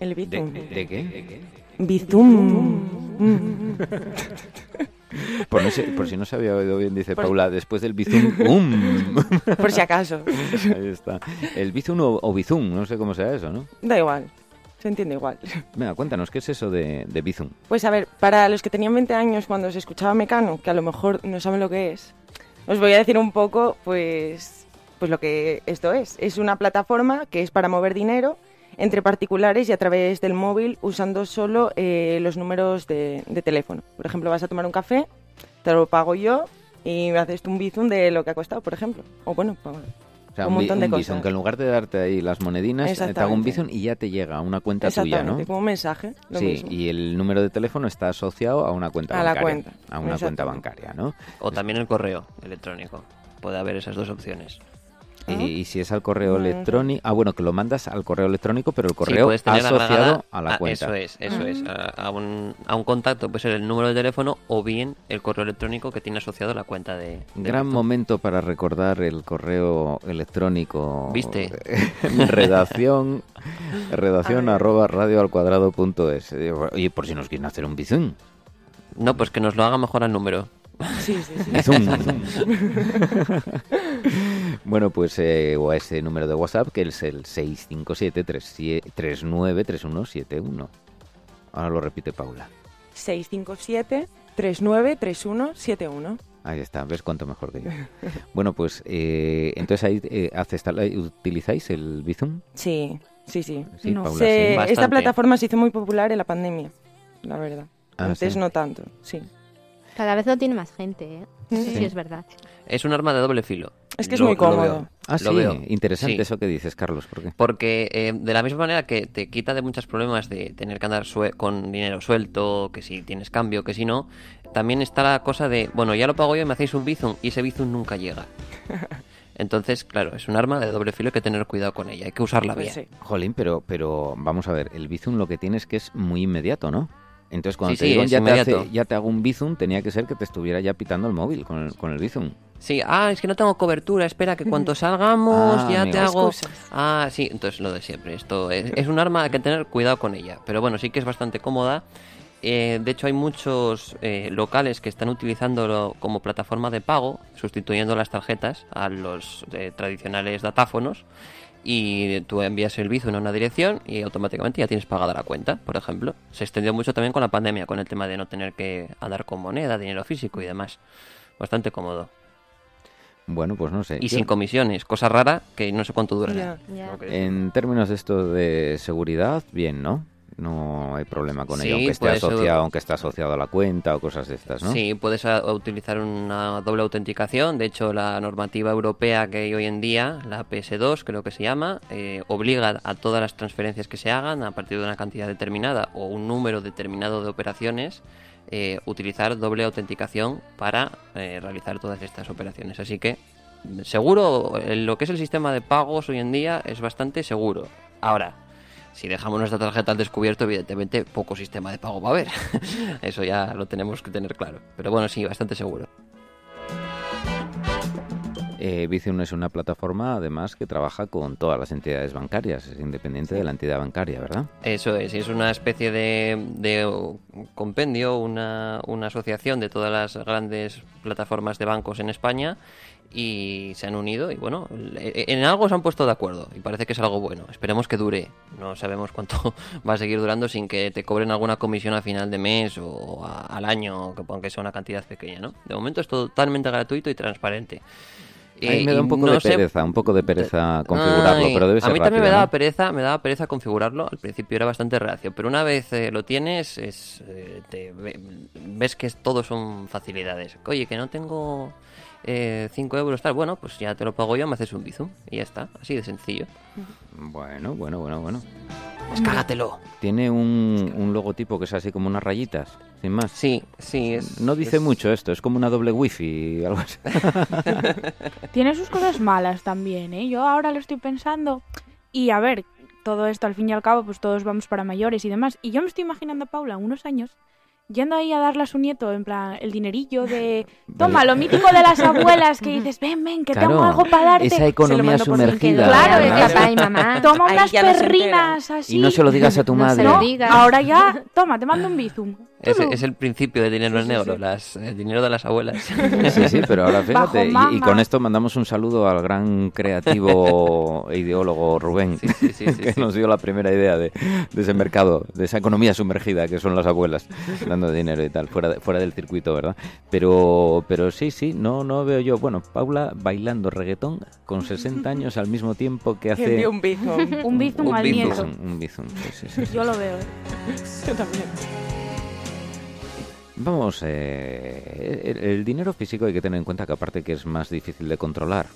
Speaker 4: El
Speaker 1: de,
Speaker 4: bitum.
Speaker 1: de qué?
Speaker 4: Bitum. Mm.
Speaker 1: Por, no sé- por si no se había oído bien, dice Paula, después del bizum... um.
Speaker 4: Por si acaso.
Speaker 1: Ahí está. El bizum o, o bizum, no sé cómo sea eso, ¿no?
Speaker 4: Da igual. Se entiende igual.
Speaker 1: Venga, cuéntanos, ¿qué es eso de, de bizum?
Speaker 4: Pues a ver, para los que tenían 20 años cuando se escuchaba Mecano, que a lo mejor no saben lo que es, os voy a decir un poco, pues, pues lo que esto es. Es una plataforma que es para mover dinero entre particulares y a través del móvil usando solo eh, los números de, de teléfono. Por ejemplo, vas a tomar un café, te lo pago yo y me haces tú un bizum de lo que ha costado, por ejemplo. O bueno, pa-
Speaker 1: O sea,
Speaker 4: Un
Speaker 1: un, bi-
Speaker 4: montón de
Speaker 1: un bizum,
Speaker 4: cosas.
Speaker 1: que en lugar de darte ahí las monedinas, eh, te hago un
Speaker 4: Exactamente.
Speaker 1: bizum y ya te llega a una cuenta tuya,
Speaker 4: exactamente,
Speaker 1: ¿no?
Speaker 4: como un mensaje, lo
Speaker 1: sí,
Speaker 4: mismo.
Speaker 1: y el número de teléfono está asociado a una cuenta
Speaker 4: A la
Speaker 1: bancaria.
Speaker 4: cuenta,
Speaker 1: A una cuenta
Speaker 4: exactamente.
Speaker 1: bancaria, ¿no?
Speaker 3: O también el correo electrónico. Puede haber esas dos opciones.
Speaker 1: Y,
Speaker 4: Ah.
Speaker 1: y si es al correo
Speaker 4: Vale.
Speaker 1: electrónico... Ah, bueno, que lo mandas al correo electrónico, pero el
Speaker 3: Sí,
Speaker 1: correo
Speaker 3: puedes tener
Speaker 1: asociado
Speaker 3: agregada-
Speaker 1: a la
Speaker 3: ah,
Speaker 1: cuenta.
Speaker 3: Eso es, eso
Speaker 2: Ah.
Speaker 3: es. A, a un, a un contacto puede ser el número de teléfono o bien el correo electrónico que tiene asociado la cuenta de. de
Speaker 1: Gran
Speaker 3: Bitcoin.
Speaker 1: momento para recordar el correo electrónico.
Speaker 3: ¿Viste?
Speaker 1: redacción redacción
Speaker 4: Ay.
Speaker 1: arroba radio al cuadrado punto es. Eh, Oye, por si nos quieren hacer un bizum.
Speaker 3: No, pues que nos lo haga mejor al número.
Speaker 4: Sí, sí, sí.
Speaker 1: Bizum. bueno, pues eh, o a ese número de WhatsApp que es el 657-393171. Ahora lo repite Paula.
Speaker 4: 657 39 31 71.
Speaker 1: Ahí está, ves cuánto mejor que yo. Bueno, pues eh, entonces ahí eh, aceptáis- utilizáis el Bizum.
Speaker 4: Sí, sí, sí.
Speaker 1: Sí,
Speaker 2: No
Speaker 1: Paula, sí.
Speaker 4: Se-
Speaker 3: Bastante.
Speaker 4: esta plataforma se hizo muy popular en la pandemia, la verdad.
Speaker 1: Ah,
Speaker 4: Antes
Speaker 1: sí.
Speaker 4: no tanto, sí.
Speaker 5: Cada vez lo tiene más gente, ¿eh? Eso sí
Speaker 1: Sí.
Speaker 5: es verdad.
Speaker 3: Es un arma de doble filo.
Speaker 4: Es que es
Speaker 3: Lo-
Speaker 4: muy
Speaker 3: lo veo.
Speaker 4: cómodo.
Speaker 1: Ah,
Speaker 3: Lo
Speaker 1: sí,
Speaker 3: veo.
Speaker 1: interesante
Speaker 3: Sí.
Speaker 1: eso que dices, Carlos, porque
Speaker 3: Porque eh, de la misma manera que te quita de muchos problemas de tener que andar sue- con dinero suelto, que si tienes cambio, que si no, también está la cosa de, bueno, ya lo pago yo y me hacéis un bizum y ese bizum nunca llega. Entonces, claro, es un arma de doble filo, hay que tener cuidado con ella, hay que usarla bien.
Speaker 4: Pues sí.
Speaker 1: Jolín, pero, pero vamos a ver, el bizum lo que tienes que es muy inmediato, ¿no? Entonces cuando
Speaker 3: Sí,
Speaker 1: te
Speaker 3: sí,
Speaker 1: digo
Speaker 3: es
Speaker 1: ya te, hace-
Speaker 3: inmediato.
Speaker 1: ya te hago un bizum, tenía que ser que te estuviera ya pitando el móvil con el, con el bizum.
Speaker 3: Sí, ah, es que no tengo cobertura, espera que cuando salgamos
Speaker 1: Ah,
Speaker 3: ya
Speaker 1: amigo.
Speaker 3: te hago...
Speaker 4: Excusas.
Speaker 3: Ah, sí, entonces lo de siempre, esto es, es un arma, hay que tener cuidado con ella, pero bueno, sí que es bastante cómoda. Eh, de hecho, hay muchos eh, locales que están utilizándolo como plataforma de pago, sustituyendo las tarjetas a los eh, tradicionales datáfonos. Y tú envías el Bizum en una dirección y automáticamente ya tienes pagada la cuenta, por ejemplo. Se extendió mucho también con la pandemia, con el tema de no tener que andar con moneda, dinero físico y demás. Bastante cómodo.
Speaker 1: Bueno, pues no sé.
Speaker 3: Y
Speaker 1: Yo-
Speaker 3: sin comisiones, cosa rara que no sé cuánto durará.
Speaker 4: Ya.
Speaker 5: Ya.
Speaker 3: Ok.
Speaker 1: en términos de esto de seguridad, bien, ¿no? No hay problema con
Speaker 3: Sí,
Speaker 1: ello, aunque esté,
Speaker 3: puede ser-
Speaker 1: asociado, aunque esté asociado a la cuenta o cosas de estas, ¿no?
Speaker 3: Sí, puedes a- utilizar una doble autenticación. De hecho, la normativa europea que hay hoy en día, la PS2 creo que se llama, eh, obliga a todas las transferencias que se hagan a partir de una cantidad determinada o un número determinado de operaciones, eh, utilizar doble autenticación para eh, realizar todas estas operaciones. Así que mm, seguro, eh, lo que es el sistema de pagos hoy en día es bastante seguro. Ahora, si dejamos nuestra tarjeta al descubierto, evidentemente poco sistema de pago va a haber. Eso ya lo tenemos que tener claro. Pero bueno, sí, bastante seguro.
Speaker 1: Eh, Bizum es una plataforma, además, que trabaja con todas las entidades bancarias, es independiente de la entidad bancaria, ¿verdad?
Speaker 3: Eso es, es una especie de, de uh, compendio, una, una asociación de todas las grandes plataformas de bancos en España y se han unido y bueno, le- en algo se han puesto de acuerdo y parece que es algo bueno. Esperemos que dure. No sabemos cuánto va a seguir durando sin que te cobren alguna comisión a final de mes o a- al año, que- aunque sea una cantidad pequeña, ¿no? De momento es totalmente gratuito y transparente.
Speaker 1: Ahí
Speaker 3: Eh,
Speaker 1: me
Speaker 3: y
Speaker 1: da un poco
Speaker 3: no
Speaker 1: de
Speaker 3: sé-
Speaker 1: pereza, un poco de pereza configurarlo,
Speaker 3: Ay,
Speaker 1: pero debe ser
Speaker 3: A mí
Speaker 1: rápido,
Speaker 3: también me daba
Speaker 1: ¿no?
Speaker 3: pereza, me daba pereza configurarlo. Al principio era bastante reacio, pero una vez eh, lo tienes, es, eh, te ve- ves que es- todo son facilidades. Oye, que no tengo 5 euros, tal. Bueno, pues ya te lo pago yo, me haces un bizum y ya está. Así de sencillo.
Speaker 1: Bueno, bueno, bueno, bueno.
Speaker 3: Pues cágatelo.
Speaker 1: Tiene un, un logotipo que es así como unas rayitas, sin más.
Speaker 3: Sí, sí, es.
Speaker 1: no dice
Speaker 3: es-
Speaker 1: mucho esto, es como una doble wifi, algo así.
Speaker 6: Tiene sus cosas malas también, ¿eh? Yo ahora lo estoy pensando. Y a ver, todo esto al fin y al cabo, pues todos vamos para mayores y demás. Y yo me estoy imaginando a Paula, unos años, yendo ahí a darle a su nieto, en plan, el dinerillo de... Toma, lo mítico de las abuelas que dices, ven, ven, que
Speaker 1: Claro,
Speaker 6: tengo algo para darte.
Speaker 1: Esa economía
Speaker 4: mando por
Speaker 5: Que
Speaker 1: sumergida.
Speaker 5: lo-
Speaker 6: Claro,
Speaker 1: ¿verdad?
Speaker 6: es
Speaker 5: claro, papá y mamá.
Speaker 6: Toma
Speaker 4: Ahí
Speaker 6: unas
Speaker 4: ya no se
Speaker 6: perrinas así.
Speaker 1: Y no se lo digas a tu
Speaker 5: No se
Speaker 1: madre.
Speaker 5: lo
Speaker 6: No,
Speaker 5: digas.
Speaker 6: ahora ya, toma, te mando un bizum.
Speaker 3: Es, es el principio de dinero en negro, las- el dinero de las abuelas.
Speaker 1: Sí, sí, pero ahora fíjate,
Speaker 6: Bajo
Speaker 1: y, y
Speaker 6: mama.
Speaker 1: con esto mandamos un saludo al gran creativo e ideólogo Rubén,
Speaker 3: Sí, sí, sí, sí,
Speaker 1: que
Speaker 3: sí.
Speaker 1: nos dio la primera idea de, de ese mercado, de esa economía sumergida que son las abuelas, dando dinero y tal, fuera, de- fuera del circuito, ¿verdad? Pero, pero sí, sí, no, no veo yo. Bueno, Paula bailando reggaetón con 60 años al mismo tiempo que hace...
Speaker 4: Envió un bizum.
Speaker 6: Un bizum
Speaker 3: un
Speaker 6: al
Speaker 3: bizum.
Speaker 6: nieto.
Speaker 1: Un, un bizum, sí, sí, sí.
Speaker 6: Yo lo veo. ¿eh?
Speaker 1: Vamos, eh, el, el dinero físico hay que tener en cuenta que aparte que es más difícil de controlar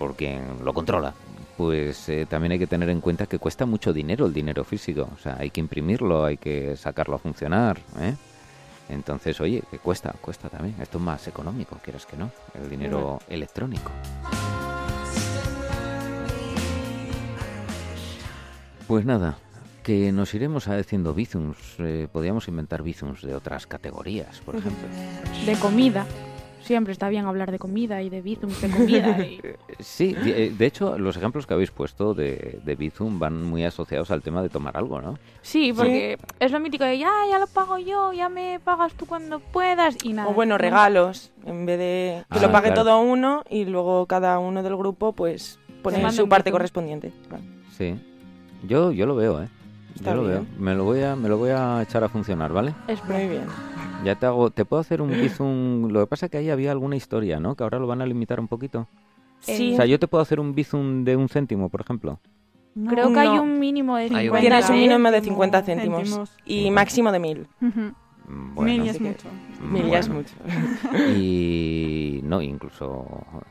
Speaker 1: por quien lo controla, pues eh, también hay que tener en cuenta que cuesta mucho dinero el dinero físico, o sea, hay que imprimirlo, hay que sacarlo a funcionar, ¿eh? Entonces, oye, que cuesta, cuesta también. Esto es más económico, quieras que no, el dinero electrónico. Pues nada, que nos iremos haciendo bizums. eh, podríamos inventar bizums de otras categorías, por ejemplo.
Speaker 6: De comida. Siempre está bien hablar de comida y de bizums de comida. y-
Speaker 1: Sí, de eh, de hecho, los ejemplos que habéis puesto de, de Bizum van muy asociados al tema de tomar algo, ¿no?
Speaker 6: Sí, porque es lo mítico de ya, ya lo pago yo, ya me pagas tú cuando puedas y nada.
Speaker 4: O bueno, regalos, en vez de que
Speaker 1: Ah,
Speaker 4: lo pague
Speaker 1: claro.
Speaker 4: todo uno y luego cada uno del grupo pues
Speaker 6: Le
Speaker 4: pone
Speaker 6: manda
Speaker 4: su
Speaker 6: un
Speaker 4: parte
Speaker 6: bizum.
Speaker 4: correspondiente. Claro.
Speaker 1: Sí. Yo, yo lo veo, ¿eh?
Speaker 4: Está
Speaker 1: yo lo
Speaker 4: bien.
Speaker 1: veo. Me lo, voy a, me lo voy a echar a funcionar, ¿vale?
Speaker 6: Es
Speaker 4: Muy bien.
Speaker 1: Ya te hago... Te puedo hacer un Bizum... Lo que pasa es que ahí había alguna historia, ¿no? Que ahora lo van a limitar un poquito.
Speaker 4: Sí,
Speaker 6: Eh,
Speaker 1: O sea, yo te puedo hacer un Bizum de un céntimo, por ejemplo.
Speaker 6: Creo que hay
Speaker 4: No.
Speaker 6: un mínimo de
Speaker 3: Hay
Speaker 6: 50.
Speaker 3: un
Speaker 4: tienes un
Speaker 6: ¿eh?
Speaker 4: mínimo de
Speaker 2: Céntimos,
Speaker 4: 50 céntimos,
Speaker 2: céntimos.
Speaker 4: y máximo de mil.
Speaker 2: Ujú.
Speaker 1: Mm,
Speaker 2: Mil ya
Speaker 1: Bueno,
Speaker 2: es
Speaker 4: Así que-
Speaker 2: mucho.
Speaker 4: Mil ya es
Speaker 1: bueno.
Speaker 4: mucho.
Speaker 1: Y no, incluso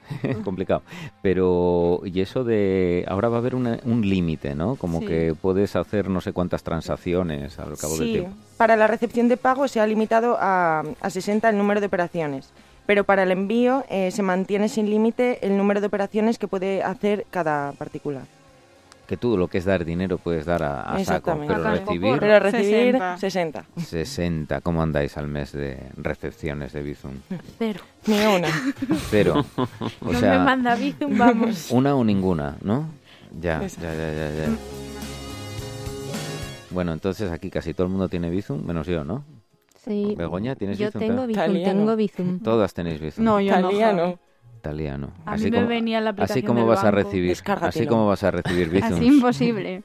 Speaker 1: es complicado. Pero, y eso de. Ahora va a haber una- un límite, ¿no? Como
Speaker 2: Sí.
Speaker 1: que puedes hacer no sé cuántas transacciones al cabo del
Speaker 4: Sí,
Speaker 1: tiempo.
Speaker 4: para la recepción de pago se ha limitado a, a 60 el número de operaciones, pero para el envío eh, se mantiene sin límite el número de operaciones que puede hacer cada particular.
Speaker 1: Que tú lo que es dar dinero puedes dar a, a saco,
Speaker 4: Exactamente.
Speaker 1: pero
Speaker 2: A saco,
Speaker 1: recibir
Speaker 4: Pero recibir
Speaker 2: 60.
Speaker 4: 60.
Speaker 1: 60. ¿Cómo andáis al mes de recepciones de Bizum?
Speaker 6: Cero.
Speaker 4: Ni una.
Speaker 1: Cero. O
Speaker 6: no me
Speaker 1: sea,
Speaker 6: manda bizum, vamos.
Speaker 1: Una o ninguna, ¿no? Ya, ya, ya, ya, ya. Bueno, entonces aquí casi todo el mundo tiene Bizum, menos yo, ¿no?
Speaker 5: Sí.
Speaker 1: Begoña, ¿tienes
Speaker 5: Yo
Speaker 1: Bizum?
Speaker 5: tengo Bizum,
Speaker 4: Italiano.
Speaker 5: tengo Bizum.
Speaker 1: Todas tenéis Bizum.
Speaker 2: No, yo no.
Speaker 4: Talía,
Speaker 2: joder.
Speaker 4: no.
Speaker 1: italiano.
Speaker 6: A mí me venía la aplicación
Speaker 1: así como
Speaker 6: del
Speaker 1: vas a
Speaker 6: banco.
Speaker 1: recibir, así
Speaker 4: Descárgatelo.
Speaker 1: como vas a recibir
Speaker 2: Así
Speaker 1: bizums.
Speaker 2: imposible.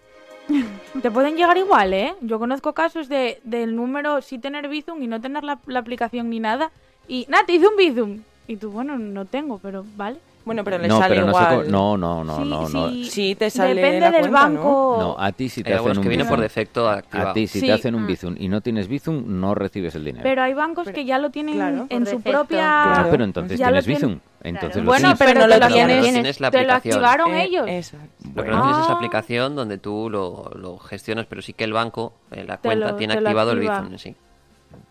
Speaker 6: Te pueden llegar igual, ¿eh? Yo conozco casos de, del número sí tener Bizum y no tener la, la aplicación ni nada. Y, nada, te hice un Bizum. Y tú, bueno, no tengo, pero vale.
Speaker 4: Bueno, pero le
Speaker 1: No,
Speaker 4: sale
Speaker 1: pero no sé
Speaker 4: igual.
Speaker 1: cómo- no, no, no,
Speaker 6: Sí,
Speaker 1: no, no.
Speaker 6: sí.
Speaker 4: Sí, te sale
Speaker 6: Depende
Speaker 4: la
Speaker 6: del
Speaker 4: cuenta,
Speaker 6: banco.
Speaker 1: No, a ti si te
Speaker 3: Hay
Speaker 1: hacen
Speaker 3: algunos
Speaker 1: un
Speaker 3: que vienen por
Speaker 1: bizum.
Speaker 3: defecto activado.
Speaker 1: A ti si
Speaker 6: Sí.
Speaker 1: te hacen un
Speaker 5: Ah.
Speaker 1: bizum y no tienes bizum, no recibes el dinero.
Speaker 6: Pero hay bancos
Speaker 4: Pero-
Speaker 6: que ya lo tienen
Speaker 4: claro.
Speaker 6: en
Speaker 5: Por
Speaker 6: su
Speaker 5: defecto.
Speaker 6: propia...
Speaker 1: Ah,
Speaker 4: Claro.
Speaker 1: pero entonces
Speaker 6: Ya lo
Speaker 1: tienes
Speaker 6: tienen-
Speaker 1: bizum. Entonces
Speaker 5: Claro.
Speaker 1: lo
Speaker 6: Bueno,
Speaker 4: Sí,
Speaker 1: tienes.
Speaker 4: pero
Speaker 6: pero,
Speaker 4: no
Speaker 6: te
Speaker 4: lo
Speaker 6: lo,
Speaker 4: tienes.
Speaker 3: Tienes la
Speaker 6: te lo
Speaker 3: aplicación.
Speaker 6: activaron
Speaker 4: Eh,
Speaker 6: ellos.
Speaker 4: Eso.
Speaker 3: Lo que
Speaker 1: Bueno.
Speaker 3: no tienes es
Speaker 6: Ah.
Speaker 3: la aplicación donde tú lo, lo gestionas, pero sí que el banco, eh, la
Speaker 6: Te
Speaker 3: cuenta,
Speaker 6: lo-
Speaker 3: tiene
Speaker 6: te lo
Speaker 3: activado el
Speaker 6: activa.
Speaker 3: Bizum. Sí.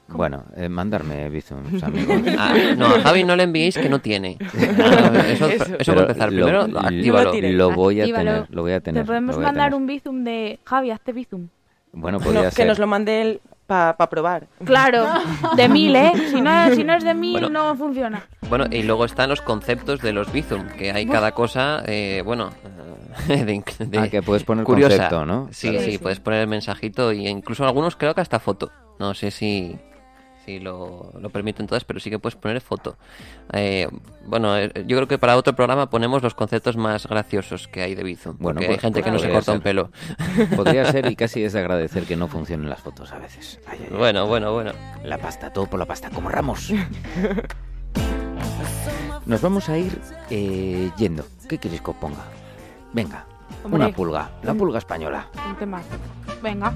Speaker 1: Bueno, eh, mandarme bizums, amigos.
Speaker 3: Ah, no, a Javi no le enviéis que no tiene. Ah, Eso,
Speaker 4: Eso.
Speaker 3: eso,
Speaker 1: Pero
Speaker 3: para empezar.
Speaker 1: lo-
Speaker 3: Primero,
Speaker 1: lo-
Speaker 3: actívalo.
Speaker 4: tires.
Speaker 1: Lo voy a
Speaker 5: Actívalo.
Speaker 1: tener, lo voy a tener.
Speaker 6: Te podemos
Speaker 1: lo voy a
Speaker 6: mandar
Speaker 1: tener.
Speaker 6: un bizum de Javi, hazte bizum.
Speaker 1: Bueno,
Speaker 4: No,
Speaker 1: podría
Speaker 4: que
Speaker 1: ser.
Speaker 4: nos lo mande él para probar.
Speaker 6: Claro, de mil, ¿eh? Si no, si no es de mil,
Speaker 3: Bueno.
Speaker 6: no funciona.
Speaker 3: Bueno, y luego están los conceptos de los Bizum, que hay cada cosa, eh, bueno, eh, de, de-
Speaker 1: Ah, que puedes poner
Speaker 3: curiosa.
Speaker 1: concepto, ¿no?
Speaker 3: Sí,
Speaker 1: Claro.
Speaker 3: sí, puedes poner el mensajito y incluso algunos creo que hasta foto. No sé si, si lo, lo permiten todas, pero sí que puedes poner foto. Eh, bueno, eh, yo creo que para otro programa ponemos los conceptos más graciosos que hay de Bizum.
Speaker 1: Bueno,
Speaker 3: porque
Speaker 1: pues-
Speaker 3: hay gente
Speaker 1: pues
Speaker 3: que no se
Speaker 1: podría
Speaker 3: corta un
Speaker 1: ser.
Speaker 3: pelo.
Speaker 1: Podría ser y casi es de agradecer que no funcionen las fotos a veces. Ay, ay, ay.
Speaker 3: Bueno, bueno, bueno.
Speaker 1: La pasta, todo por la pasta, como Ramos. Nos vamos a ir eh, yendo. ¿Qué queréis que os ponga? Venga,
Speaker 6: Hombre.
Speaker 1: una pulga, la pulga española.
Speaker 6: Un tema. Venga.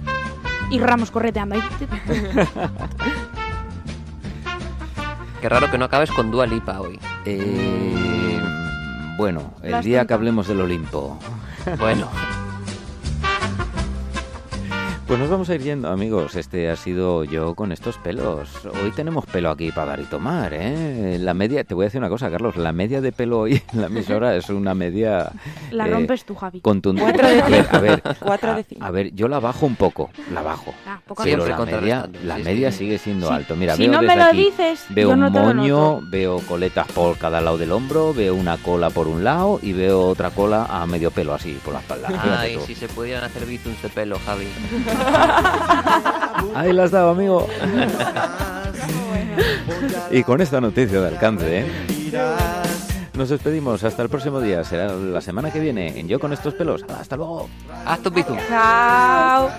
Speaker 6: Y Ramos correteando ahí.
Speaker 3: Qué raro que no acabes con Dua Lipa hoy.
Speaker 1: Eh, bueno, el
Speaker 6: Las
Speaker 1: día que
Speaker 6: tontas.
Speaker 1: hablemos del Olimpo.
Speaker 3: Bueno,
Speaker 1: Pues nos vamos a ir yendo, amigos. Este ha sido yo con estos pelos. Hoy tenemos pelo aquí para dar y tomar, ¿eh? La media, te voy a decir una cosa, Carlos. La media de pelo hoy en la emisora es una media.
Speaker 6: La
Speaker 1: eh,
Speaker 6: rompes tú, Javi.
Speaker 1: contundente.
Speaker 4: Cuatro de
Speaker 1: A ver, a ver,
Speaker 4: Cuatro
Speaker 1: a-
Speaker 4: de cinco.
Speaker 1: a ver, yo la bajo un poco, la bajo.
Speaker 6: Ah, poco a
Speaker 1: Pero
Speaker 3: Siempre
Speaker 1: la media,
Speaker 3: contrarrestando,
Speaker 1: la
Speaker 3: sí, sí.
Speaker 1: media sigue siendo
Speaker 6: Sí.
Speaker 1: alto. Mira,
Speaker 6: si
Speaker 1: veo
Speaker 6: no me
Speaker 1: desde
Speaker 6: lo
Speaker 1: aquí,
Speaker 6: dices,
Speaker 1: veo
Speaker 6: yo
Speaker 1: un
Speaker 6: no te lo
Speaker 1: moño,
Speaker 6: noto.
Speaker 1: veo coletas por cada lado del hombro, veo una cola por un lado y veo otra cola a medio pelo así por la espalda. Fíjate
Speaker 3: ay,
Speaker 1: tú.
Speaker 3: si se pudieran hacer Bizums de pelo, Javi.
Speaker 1: Ahí la has dado, amigo. Y con esta noticia de alcance, ¿eh? Nos despedimos. Hasta el próximo día. Será la semana que viene en Yo con estos pelos. Hasta luego.
Speaker 3: Haz tu bizum.
Speaker 6: Chao.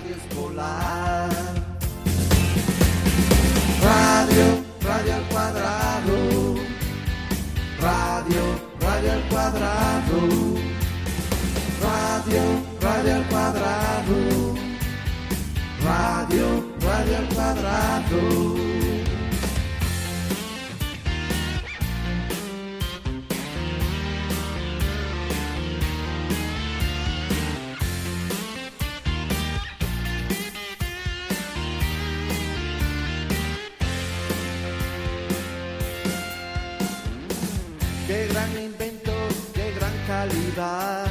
Speaker 7: Qué gran invento, qué gran calidad.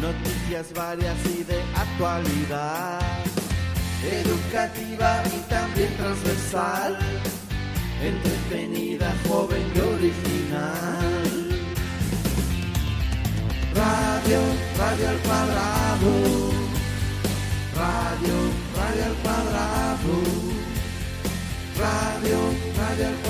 Speaker 7: Noticias varias y de actualidad. Educativa y también transversal. Entretenida, joven y original. Radio, radio al cuadrado. Radio, radio al cuadrado. Radio, radio al cuadrado.